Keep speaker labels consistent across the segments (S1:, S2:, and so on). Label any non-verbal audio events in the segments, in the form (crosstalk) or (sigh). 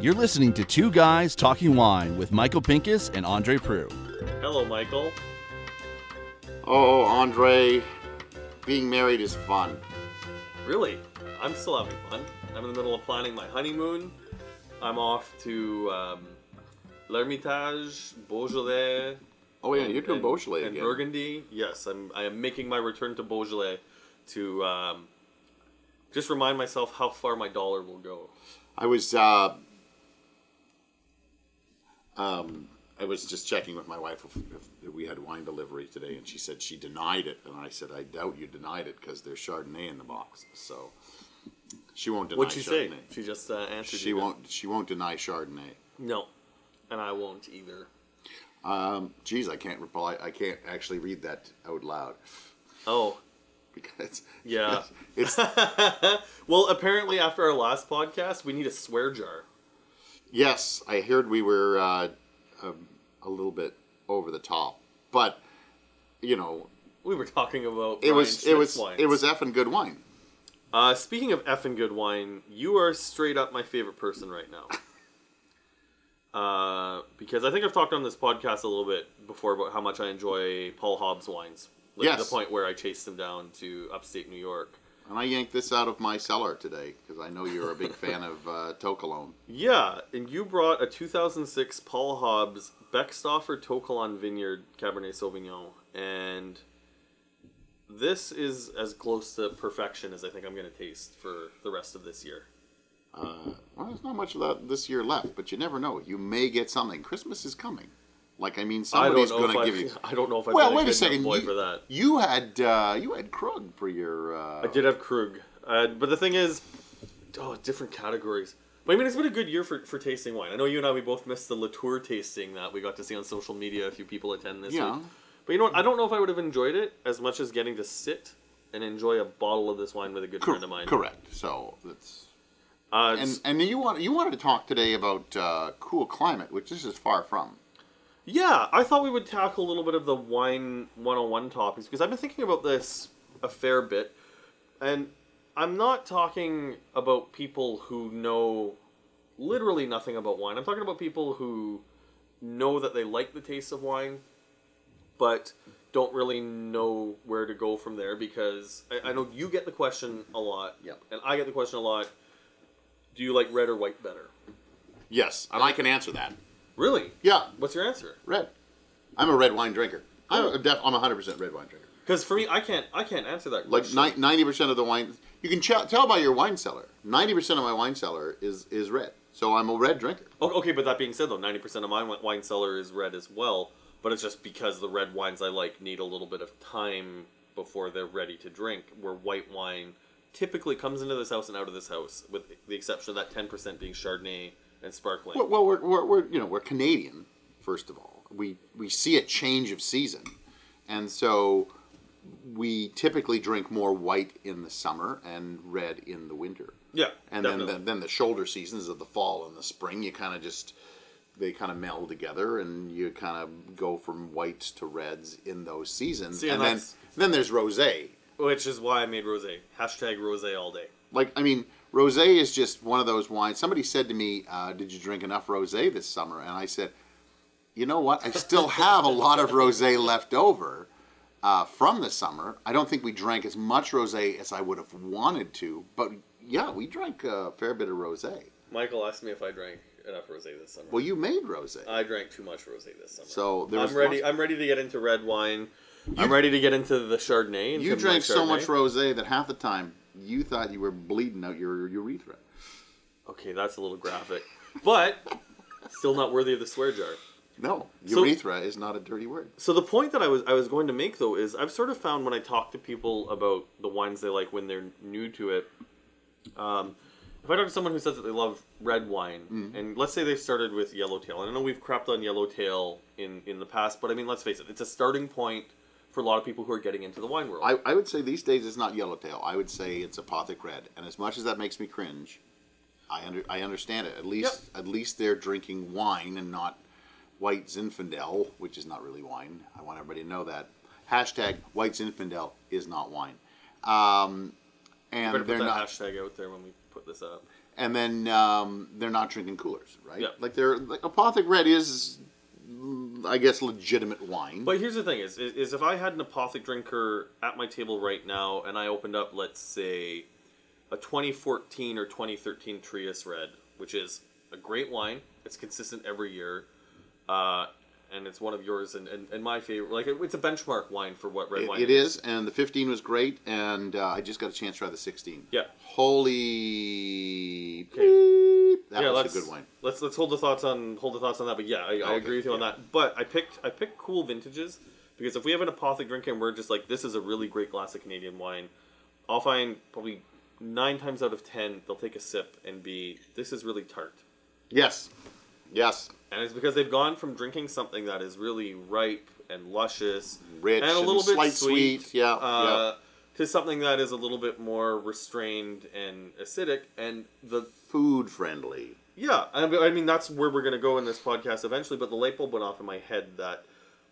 S1: You're listening to Two Guys Talking Wine with Michael Pincus and Andre Prue.
S2: Hello, Michael.
S3: Oh, Andre, being married is fun.
S2: Really, I'm still having fun. I'm in the middle of planning my honeymoon. I'm off to um, L'Hermitage, Beaujolais.
S3: Oh yeah, you're doing
S2: and-
S3: Beaujolais
S2: and
S3: again.
S2: Burgundy. Yes, I'm. I am making my return to Beaujolais to um, just remind myself how far my dollar will go.
S3: I was, uh, um, I was just checking with my wife if, if we had wine delivery today, and she said she denied it, and I said I doubt you denied it because there's Chardonnay in the box, so she won't deny
S2: What'd she say?
S3: Chardonnay.
S2: She just uh, answered.
S3: She
S2: you.
S3: won't. She won't deny Chardonnay.
S2: No, and I won't either.
S3: Um, geez, I can't reply. I can't actually read that out loud (laughs)
S2: Oh,
S3: because (laughs)
S2: Yeah.
S3: it's
S2: (laughs) well. Apparently, after our last podcast, we need a swear jar.
S3: Yes, I heard we were uh, a, a little bit over the top, but you know,
S2: We were talking about
S3: it
S2: Brian
S3: was it
S2: Schmidt's
S3: was
S2: wines.
S3: it was effing good wine.
S2: Uh, speaking of effing good wine, you are straight up my favorite person right
S3: (laughs)
S2: now. uh, because I think I've talked on this podcast a little bit before about how much I enjoy Paul Hobbs wines. Like
S3: Yes.
S2: To the point where I chased him down to upstate New York.
S3: And I yanked this out of my cellar today because I know you're a big fan of uh, Toe Cologne.
S2: Yeah, and you brought a 2006 Paul Hobbs Beckstoffer Tokalon Vineyard Cabernet Sauvignon, and this is as close to perfection as I think I'm going to taste for the rest of this year.
S3: Uh, well, there's not much of that this year left, but you never know. You may get something. Christmas is coming. Like I mean, somebody's
S2: I don't know
S3: going
S2: if
S3: to
S2: I've-
S3: give you.
S2: I don't know if I've
S3: Well,
S2: been
S3: wait a
S2: good
S3: second.
S2: enough boy
S3: You,
S2: for that.
S3: you had uh, you had Krug for your. Uh,
S2: I did have Krug, uh, but the thing is, oh, different categories. But I mean, it's been a good year for, for tasting wine. I know you and I we both missed the Latour tasting that we got to see on social media. A few people attend this
S3: Yeah.
S2: week, but you know what? I don't know if I would have enjoyed it as much as getting to sit and enjoy a bottle of this wine with a good
S3: cor-
S2: friend of mine.
S3: correct. So that's
S2: Uh,
S3: And
S2: s-
S3: and you want you wanted to talk today about uh, cool climate, which this is far from.
S2: Yeah, I thought we would tackle a little bit of the wine 101 topics because I've been thinking about this a fair bit. And I'm not talking about people who know literally nothing about wine. I'm talking about people who know that they like the taste of wine, but don't really know where to go from there because I, I know you get the question a lot.
S3: Yep.
S2: And I get the question a lot do you like red or white better?
S3: Yes, and I can answer that.
S2: Really?
S3: Yeah,
S2: What's your answer?
S3: red. I'm a red wine drinker. I'm a def- I'm 100% red wine drinker.
S2: Because for me, I can't, I can't answer that.
S3: Like
S2: question.
S3: ni- 90% of the wine you can ch- tell by your wine cellar. 90% of my wine cellar is is red. So I'm a red drinker.
S2: O- Okay, but that being said, though, ninety percent of my wi- wine cellar is red as well. But it's just because the red wines I like need a little bit of time before they're ready to drink. Where white wine typically comes into this house and out of this house, with the exception of that ten percent being Chardonnay and sparkling.
S3: Well, well we're, we're, we're you know we're Canadian first of all. We we see a change of season, and so we typically drink more white in the summer and red in the winter.
S2: yeah,
S3: and then
S2: definitely.
S3: the, then the shoulder seasons of the fall and the spring you kind of just they kind of meld together and you kind of go from whites to reds in those seasons
S2: See, and
S3: and then
S2: that's-
S3: then there's rosé
S2: which is why I made rosé. Hashtag rosé all day.
S3: like i mean rosé is just one of those wines somebody said to me uh, did you drink enough rosé this summer and i said you know what i still (laughs) have a lot of rosé left over uh, from the summer i don't think we drank as much rosé as i would have wanted to but yeah we drank a fair bit of rosé
S2: Michael asked me if I drank enough rosé this summer.
S3: well you made rosé
S2: I drank too much rosé this summer.
S3: So there was
S2: I'm ready.
S3: lots-
S2: I'm ready to get into red wine. I'm ready to get into the Chardonnay. and
S3: You
S2: some
S3: drank
S2: white
S3: so much
S2: Chardonnay.
S3: rosé that half the time you thought you were bleeding out your urethra.
S2: Okay, that's a little graphic, but still not worthy of the swear jar.
S3: No,
S2: So-
S3: urethra is not a dirty word.
S2: So the point that I was I was going to make though is I've sort of found when I talk to people about the wines they like when they're new to it, um, if I talk to someone who says that they love red wine,
S3: Mm-hmm.
S2: and let's say they started with yellowtail, and I know we've crapped on yellowtail in in the past, but I mean let's face it, it's a starting point for a lot of people who are getting into the wine world.
S3: I, I would say these days it's not yellowtail. I would say it's apothic red. And as much as that makes me cringe, I under, I understand it. At least at least they're drinking wine and not white Zinfandel, which is not really wine. I want everybody to know that. Hashtag white Zinfandel is not wine. Um, and
S2: Better put
S3: they're
S2: that
S3: not
S2: hashtag out there when we put this up.
S3: and then um, they're not drinking coolers, right?
S2: Yeah.
S3: Like they're like Apothic Red is, mm, I guess, legitimate wine.
S2: But here's the thing: is, is is if I had an apothic drinker at my table right now, and I opened up, let's say, a 2014 or 2013 Trius Red, which is a great wine. It's consistent every year, uh, and it's one of yours and, and, and my favorite. Like it, it's a benchmark wine for what red
S3: It-
S2: wine
S3: it is, and the 15 was great, and uh, I just got a chance to try the 16.
S2: Yeah.
S3: Holy.
S2: Okay.
S3: beep. That
S2: yeah,
S3: was
S2: let's,
S3: a good wine.
S2: Let's let's hold the thoughts on hold the thoughts on that. But yeah, I, I
S3: Okay,
S2: agree with you on that. But I picked I picked cool vintages because if we have an apothic drink and we're just like this is a really great glass of Canadian wine, I'll find probably nine times out of ten they'll take a sip and be this is really tart,
S3: Yes. Yes.
S2: and it's because they've gone from drinking something that is really ripe and luscious,
S3: Rich
S2: and a
S3: and
S2: little bit
S3: slight
S2: sweet,
S3: sweet, yeah,
S2: uh, to something that is a little bit more restrained and acidic, and the
S3: Food friendly.
S2: yeah, I mean- I mean that's where we're gonna go in this podcast eventually. But the light bulb went off in my head that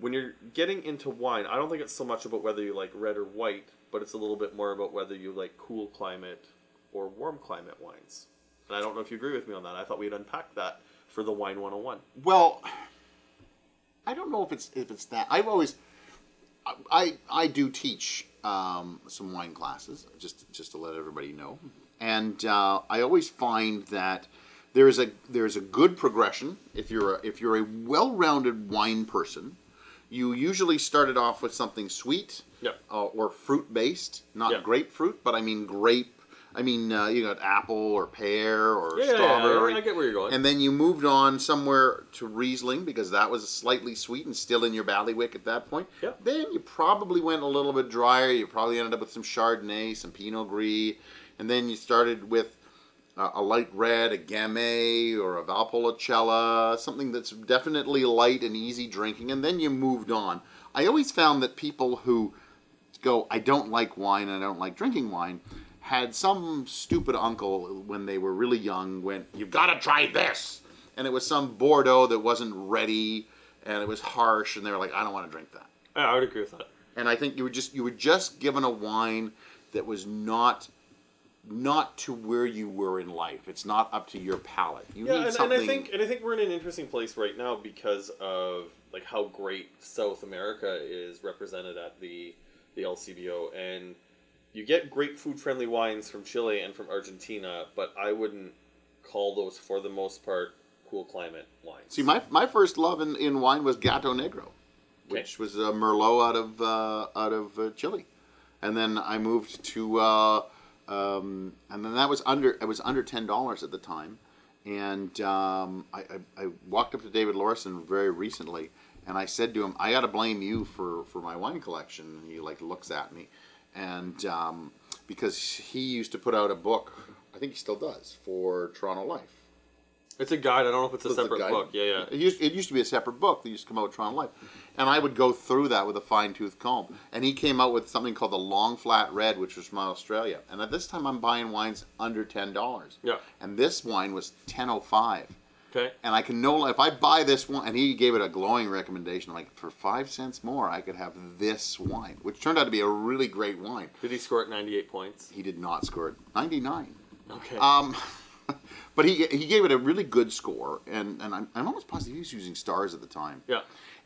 S2: when you're getting into wine, I don't think it's so much about whether you like red or white, but it's a little bit more about whether you like cool climate or warm climate wines. And I don't know if you agree with me on that. I thought we'd unpack that for the Wine 101.
S3: Well, I don't know if it's if it's that. I've always, I I do teach um, some wine classes just just to let everybody know, and uh, I always find that there is a there is a good progression if you're a, if you're a well-rounded wine person. You usually started off with something sweet,
S2: Yeah.
S3: uh, or fruit based, not
S2: Yeah.
S3: grapefruit, but I mean grape. I mean, uh, you got apple or pear or
S2: Yeah, yeah, yeah,
S3: strawberry.
S2: I get where you're going.
S3: And then you moved on somewhere to Riesling because that was slightly sweet and still in your ballywick at that point.
S2: Yep.
S3: Then you probably went a little bit drier. You probably ended up with some Chardonnay, some Pinot Gris, and then you started with uh, a light red, a Gamay, or a Valpolicella, something that's definitely light and easy drinking, and then you moved on. I always found that people who go, I don't like wine, I don't like drinking wine, had some stupid uncle when they were really young went, You've got to try this! And it was some Bordeaux that wasn't ready, and it was harsh, and they were like, I don't want to drink that
S2: Yeah, I would agree with that.
S3: and I think you were just you were just given a wine that was not not to where you were in life. It's not up to your palate. You
S2: Yeah,
S3: need
S2: and, and
S3: something.
S2: I think and I think we're in an interesting place right now because of like how great South America is represented at the the LCBO, and you get great food friendly wines from Chile and from Argentina, but I wouldn't call those for the most part cool climate wines.
S3: See, my my first love in, in wine was Gato Negro, which was a Merlot out of uh, out of uh, Chile, and then I moved to uh, um, and then that was under it was under ten dollars at the time, and um, I, I, I walked up to David Lorison very recently, and I said to him, "I got to blame you for for my wine collection." And he like looks at me, and um, because he used to put out a book, I think he still does for Toronto Life.
S2: it's a guide. I don't know if it's a
S3: It was a
S2: separate
S3: guide.
S2: book. Yeah, yeah.
S3: It used, it used to be a separate book that used to come out with Toronto Life, and I would go through that with a fine tooth comb. And he came out with something called the Long Flat Red, which was from Australia. And at this time, I'm buying wines under ten dollars.
S2: Yeah.
S3: And this wine was ten oh five.
S2: Okay.
S3: And I can no if I buy this one, and he gave it a glowing recommendation, like for five cents more, I could have this wine, which turned out to be a really great wine.
S2: Did he score at ninety eight
S3: (laughs)
S2: points?
S3: He did not score ninety nine.
S2: Okay.
S3: Um, (laughs) but he he gave it a really good score, and and I'm, I'm almost positive he was using stars at the time.
S2: yeah,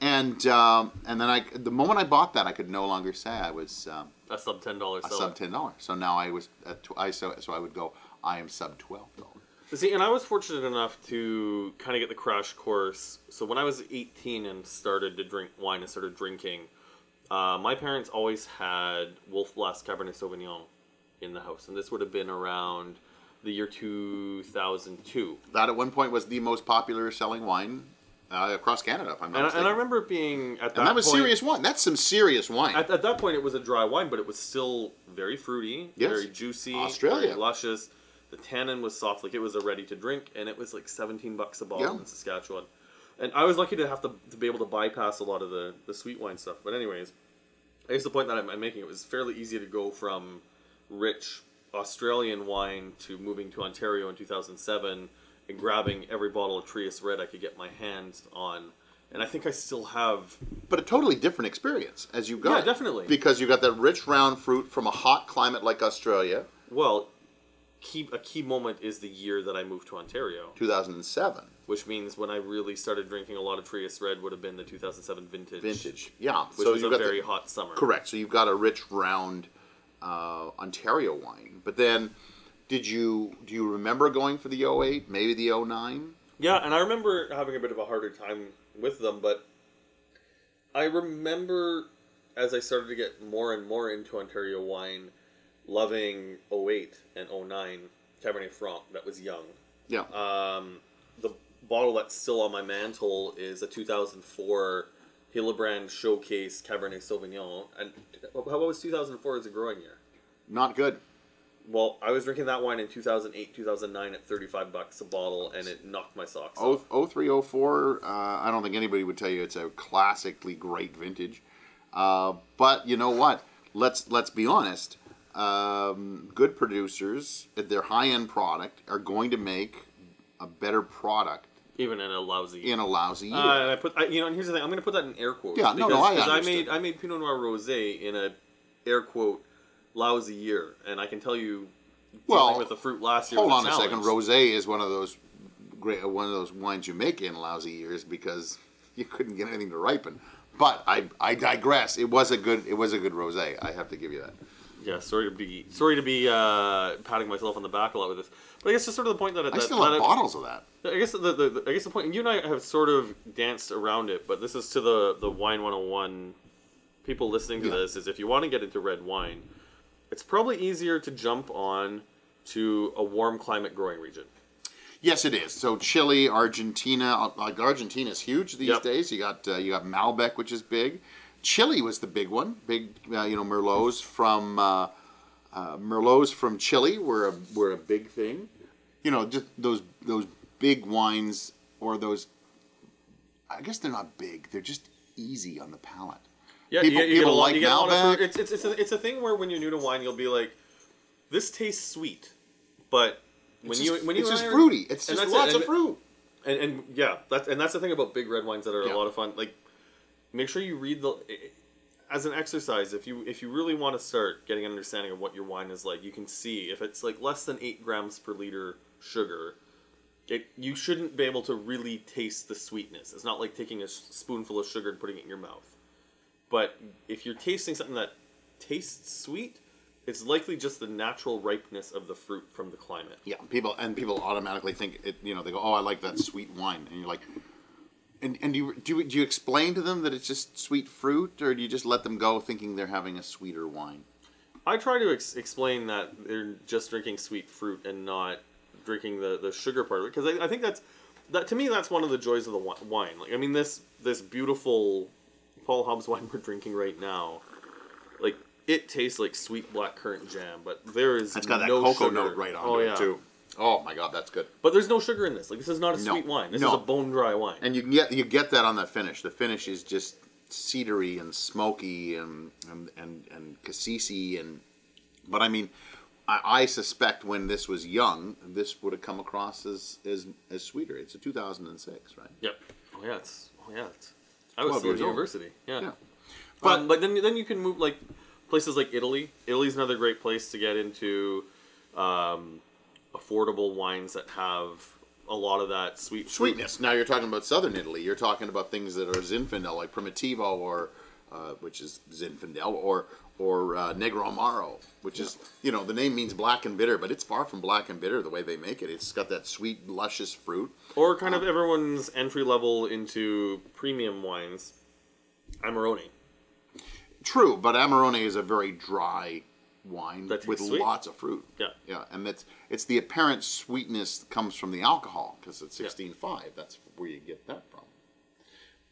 S3: And um, and then I the moment I bought that, I could no longer say I was um,
S2: a sub ten dollars.
S3: a sub ten dollars. So now I was at tw- I so so I would go I am sub twelve dollars.
S2: See, and I was fortunate enough to kind of get the crash course. So when I was 18 and started to drink wine and started drinking, uh, my parents always had Wolf Blast Cabernet Sauvignon in the house, and this would have been around the year 2002.
S3: That at one point was the most popular selling wine uh, across Canada. If I'm
S2: And,
S3: not
S2: I-
S3: mistaken.
S2: and I remember it being at that
S3: And that was
S2: point,
S3: serious wine. That's some serious wine.
S2: At, at that point, it was a dry wine, but it was still very fruity,
S3: Yes.
S2: very juicy,
S3: Australia.
S2: very luscious. The tannin was soft, like it was a ready to drink, and it was like seventeen bucks a bottle
S3: Yeah.
S2: in Saskatchewan. And I was lucky to have to, to be able to bypass a lot of the, the sweet wine stuff. But anyways, I guess the point that I'm, I'm making it was fairly easy to go from rich Australian wine to moving to Ontario in 2007 and grabbing every bottle of Trius Red I could get my hands on and I think I still have.
S3: But a totally different experience as you go.
S2: Yeah, definitely.
S3: Because you got that rich round fruit from a hot climate like Australia,
S2: Well, key a key moment is the year that I moved to Ontario,
S3: 2007
S2: which means when I really started drinking a lot of Trius Red would have been the 2007 vintage,
S3: vintage. Yeah,
S2: which was
S3: you
S2: a
S3: got
S2: very
S3: the,
S2: hot summer.
S3: Correct. So you've got a rich round uh, Ontario wine, but then did you do you remember going for the 08, maybe the 09?
S2: Yeah, and I remember having a bit of a harder time with them, but I remember as I started to get more and more into Ontario wine, loving 08 and 09 Cabernet Franc that was young.
S3: Yeah.
S2: Um, the bottle that's still on my mantle is a 2004 Hillebrand Showcase Cabernet Sauvignon. And how was 2004 as a growing year?
S3: Not good.
S2: Well, I was drinking that wine in 2008, 2009 at 35 bucks a bottle, and it knocked my socks off.
S3: Oh, 0304, uh, I don't think anybody would tell you it's a classically great vintage. Uh, but you know what? Let's let's be honest. Um, good producers, at their high end product, are going to make a better product
S2: Even in a lousy
S3: in a lousy year.
S2: Uh, and I put, I, you know, and here's the thing. I'm going to put that in air quotes.
S3: Yeah, no, no,
S2: because-
S3: I
S2: 'cause I
S3: understand.
S2: made I made Pinot Noir Rosé in a air quote lousy year, and I can tell you, dealing
S3: Well,
S2: with the fruit last year.
S3: Hold
S2: was
S3: on a second.
S2: challenge.
S3: Rosé is one of those great one of those wines you make in lousy years because (laughs) you couldn't get anything to ripen. But I, I digress. It was a good it was a good rosé. I have to give you that.
S2: Yeah, sorry to be sorry to be uh, patting myself on the back a lot with this, but I guess just sort of the point that
S3: I
S2: that,
S3: still
S2: that
S3: have bottles of that.
S2: I guess the, the, the I guess the point, and you and I have sort of danced around it, but this is to the the wine 101 people listening to
S3: Yeah.
S2: this is if you want to get into red wine, it's probably easier to jump on to a warm climate growing region.
S3: Yes, it is. So Chile, Argentina, uh, like Argentina's huge these
S2: Yep.
S3: days. You got uh, you got Malbec, which is big. Chile was the big one. Big, uh, you know, Merlots from uh, uh, Merlots from Chile were a, were a big thing. You know, just those those big wines or those. I guess they're not big. They're just easy on the palate.
S2: Yeah,
S3: People-
S2: you, get- you
S3: people
S2: get a lot,
S3: like
S2: you get a lot
S3: Malbec.
S2: of fruit. It's, it's, it's, a, it's a thing where when you're new to wine, you'll be like, this tastes sweet, but when
S3: It's
S2: you
S3: just,
S2: when you
S3: it's
S2: and
S3: just
S2: I are-
S3: fruity. It's
S2: and
S3: just
S2: that's it,
S3: lots
S2: and-
S3: of fruit.
S2: and, and yeah, that's and that's the thing about big red wines that are
S3: Yeah.
S2: a lot of fun. Like, make sure you read the as an exercise. If you if you really want to start getting an understanding of what your wine is like, you can see if it's like less than eight grams per liter sugar. It, you shouldn't be able to really taste the sweetness. It's not like taking a s- spoonful of sugar and putting it in your mouth. But if you're tasting something that tastes sweet, it's likely just the natural ripeness of the fruit from the climate.
S3: Yeah, people and people automatically think it. You know, they go, "Oh, I like that sweet wine," and you're like, and and you do you- do you explain to them that it's just sweet fruit, or do you just let them go thinking they're having a sweeter wine?
S2: I try to ex- explain that they're just drinking sweet fruit and not drinking the, the sugar part of it because I, I think that's that to me that's one of the joys of the wi- wine. Like I mean this this beautiful Paul Hobbs wine (laughs) we're drinking right now, like it tastes like sweet black currant jam, but there is
S3: It's got that
S2: no
S3: cocoa
S2: sugar.
S3: note right on
S2: oh,
S3: it
S2: yeah.
S3: too. Oh my god, that's good.
S2: But there's no sugar in this. Like this is not a
S3: No,
S2: sweet wine. This
S3: no.
S2: is a bone dry wine.
S3: And you can get you get that on the finish. The finish is just cedary and smoky and and and, and cassisi and. But I mean, I, I suspect when this was young, this would have come across as as, as sweeter. It's a 2006, right?
S2: yep. Oh yeah. It's, oh yeah. It's, I was still
S3: Twelve
S2: at
S3: years old.
S2: university.
S3: Yeah.
S2: But but then then you can move like places like Italy. Italy's another great place to get into um, affordable wines that have a lot of that sweet fruit.
S3: sweetness. Now you're talking about southern Italy. You're talking about things that are Zinfandel, like Primitivo, or uh, which is Zinfandel, or or uh, Negro Amaro, which is you know the name means black and bitter, but it's far from black and bitter the way they make it. It's got that sweet, luscious fruit.
S2: Or kind of everyone's entry level into premium wines. Amarone.
S3: True, but Amarone is a very dry wine
S2: That tastes
S3: with
S2: sweet.
S3: lots of fruit.
S2: Yeah.
S3: yeah, and that's it's the apparent sweetness that comes from the alcohol because it's
S2: Yeah.
S3: sixteen five. That's where you get that from.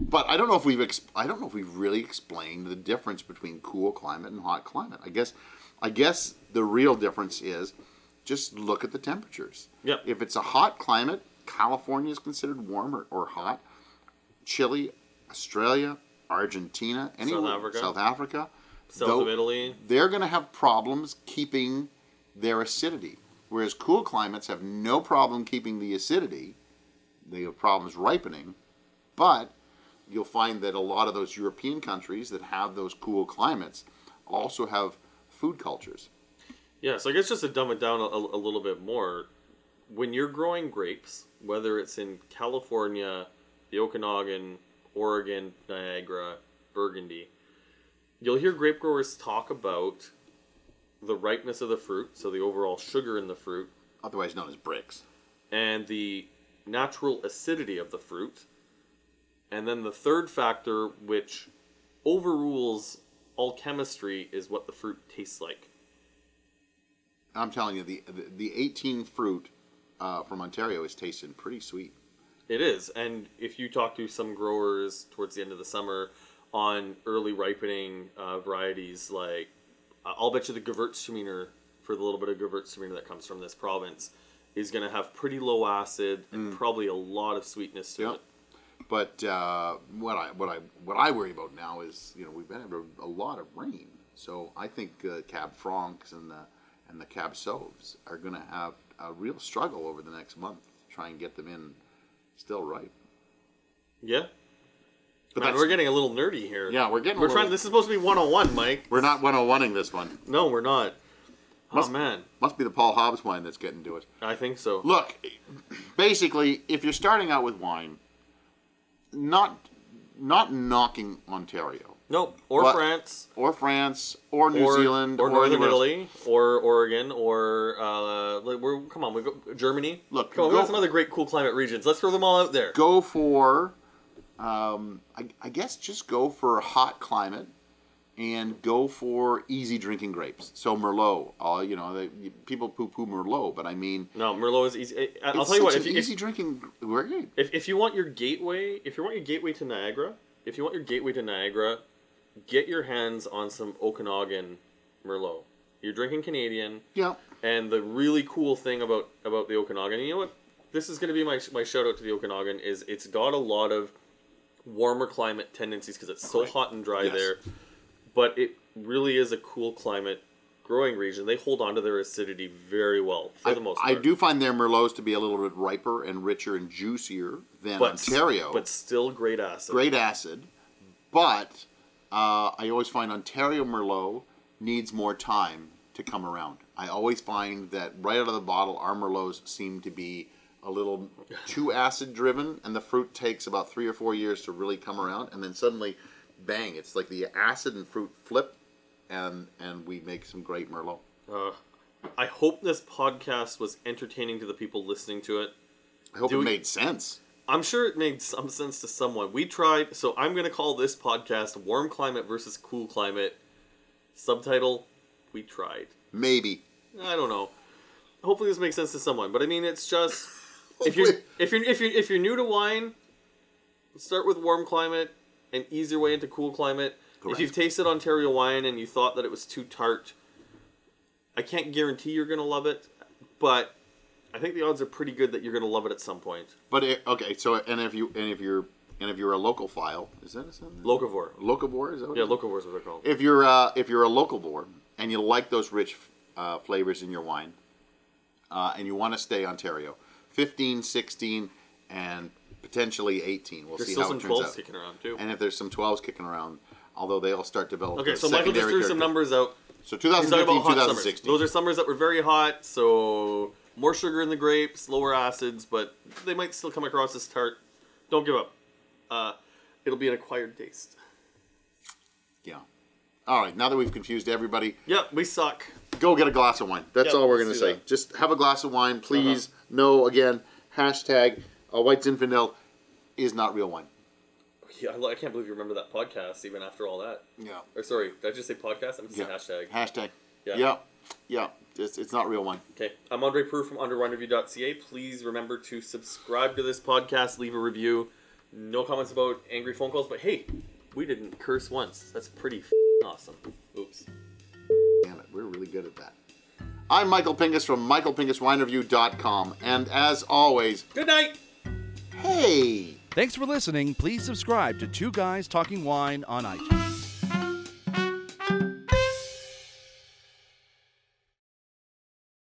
S3: But I don't know if we've ex- I don't know if we've really explained the difference between cool climate and hot climate. I guess I guess the real difference is just look at the temperatures.
S2: Yeah.
S3: If it's a hot climate, California is considered warm or, or hot. Chile, Australia, Argentina, anywhere,
S2: Africa.
S3: South Africa,
S2: South
S3: tho-
S2: of Italy.
S3: they're going to have problems keeping their acidity. Whereas cool climates have no problem keeping the acidity, they have problems ripening, but you'll find that a lot of those European countries that have those cool climates also have food cultures.
S2: Yeah, so I guess just to dumb it down a, a little bit more, when you're growing grapes, whether it's in California, the Okanagan, Oregon, Niagara, Burgundy, you'll hear grape growers talk about the ripeness of the fruit, so the overall sugar in the fruit,
S3: Otherwise known as bricks.
S2: and the natural acidity of the fruit. And then the third factor, which overrules all chemistry, is what the fruit tastes like.
S3: I'm telling you, the the, the 18 fruit uh, from Ontario is tasting pretty sweet.
S2: It is, and if you talk to some growers towards the end of the summer on early ripening uh, varieties, like I- I'll bet you the Gewürztraminer for the little bit of Gewürztraminer that comes from this province is going to have pretty low acid and probably a lot of sweetness to
S3: Mm. Yep.
S2: it.
S3: But uh, what I what I what I worry about now is you know we've had a, a lot of rain, so I think uh, Cab Francs and the and the Cab Sauves are going to have a real struggle over the next month to try and get them in still ripe.
S2: Yeah.
S3: But
S2: Man,
S3: that's-
S2: we're getting a little nerdy here.
S3: Yeah, we're getting a
S2: We're
S3: little-
S2: trying. This is supposed to be one on one, Mike.
S3: We're not 101ing this one.
S2: No, we're not.
S3: Must-
S2: oh man,
S3: Must be the Paul Hobbs wine that's getting to us.
S2: I think so.
S3: Look, basically, if you're starting out with wine, not not knocking Ontario
S2: Nope. Or
S3: What?
S2: France.
S3: or France or New
S2: or,
S3: Zealand
S2: or, Northern
S3: anywhere else.
S2: Italy or Oregon or uh, like we're, come on, we go Germany.
S3: Look,
S2: come on,
S3: go-
S2: we got some other great cool climate regions. Let's throw them all out there.
S3: go for um, I, I guess just go for a hot climate and go for easy drinking grapes so merlot all you know they, people poo poo merlot but i mean
S2: No, Merlot is easy. I- I'll
S3: it's
S2: tell you what.
S3: such
S2: If,
S3: an
S2: if,
S3: easy drinking grape
S2: if if you want your gateway, if you want your gateway to Niagara, if you want your gateway to Niagara, get your hands on some Okanagan Merlot. You're drinking Canadian.
S3: yeah
S2: And the really cool thing about about the Okanagan, you know what? This is going to be my my shout out to the Okanagan is it's got a lot of warmer climate tendencies because it's so hot and dry
S3: Yes.
S2: there, but it really is a cool climate growing region. They hold on to their acidity very well for
S3: I,
S2: the most
S3: I
S2: part.
S3: do find their merlots to be a little bit riper and richer and juicier than
S2: but,
S3: ontario
S2: but still great acid.
S3: great acid but uh, i always find ontario merlot needs more time to come around i always find that right out of the bottle our merlots seem to be a
S2: (laughs)
S3: little too acid driven and the fruit takes about three or four years to really come around and then suddenly bang it's like the acid and fruit flip and and we make some great merlot
S2: Uh, I hope this podcast was entertaining to the people listening to it.
S3: i hope
S2: Do
S3: it
S2: we-
S3: made sense
S2: I'm sure it made some sense to someone. We tried, so I'm going to call this podcast Warm Climate versus Cool Climate. Subtitle We Tried.
S3: maybe
S2: I don't know. Hopefully this makes sense to someone, but I mean it's
S3: (laughs)
S2: just if you're
S3: Hopefully.
S2: if you're if you're if you're new to wine, start with warm climate, an easier way into cool climate.
S3: Correct.
S2: If you've tasted Ontario wine and you thought that it was too tart, I can't guarantee you're going to love it, but I think the odds are pretty good that you're going to love it at some point.
S3: but it, okay so and if you and if you're and if you're a local file is that a sentence?
S2: Locavore.
S3: locavore is that what
S2: Yeah,
S3: it is?
S2: locavore is what they're called.
S3: if you're uh, if you're a local board and you like those rich uh, flavors in your wine, uh, and you want to stay Ontario, 15, 16, and potentially 18. We'll
S2: There's
S3: see
S2: still
S3: how
S2: some
S3: it turns
S2: 12s
S3: out.
S2: kicking around too.
S3: And if there's some 12s kicking around, although they'll start developing.
S2: Okay, so Michael just threw some numbers out.
S3: So
S2: He's talking
S3: 2015,
S2: about hot summers.
S3: 2016.
S2: Those are summers that were very hot, so more sugar in the grapes, lower acids, but they might still come across as tart. Don't give up. Uh, it'll be an acquired taste.
S3: yeah. All right. Now that we've confused everybody,
S2: Yep, we suck.
S3: go get a glass of wine. That's
S2: Yeah,
S3: all we're
S2: let's
S3: going to
S2: do
S3: say.
S2: that.
S3: Just have a glass of wine, please. No, again, hashtag uh, White Zinfandel is not real wine.
S2: Yeah, I lo- I can't believe you remember that podcast even after all that.
S3: Yeah.
S2: Or sorry, did I just say podcast? I'm just saying hashtag.
S3: Hashtag.
S2: Yeah.
S3: Yeah. Yeah. It's, it's not real one.
S2: Okay, I'm Andre Prue from underwinereview.ca. Please remember to subscribe to this podcast, leave a review. No comments about angry phone calls, but hey, we didn't curse once. That's pretty f- awesome. Oops.
S3: Damn it. We're really good at that. I'm Michael Pincus from michaelpincuswinereview.com. And as always,
S2: Good night.
S3: hey.
S1: Thanks for listening. Please subscribe to Two Guys Talking Wine on iTunes.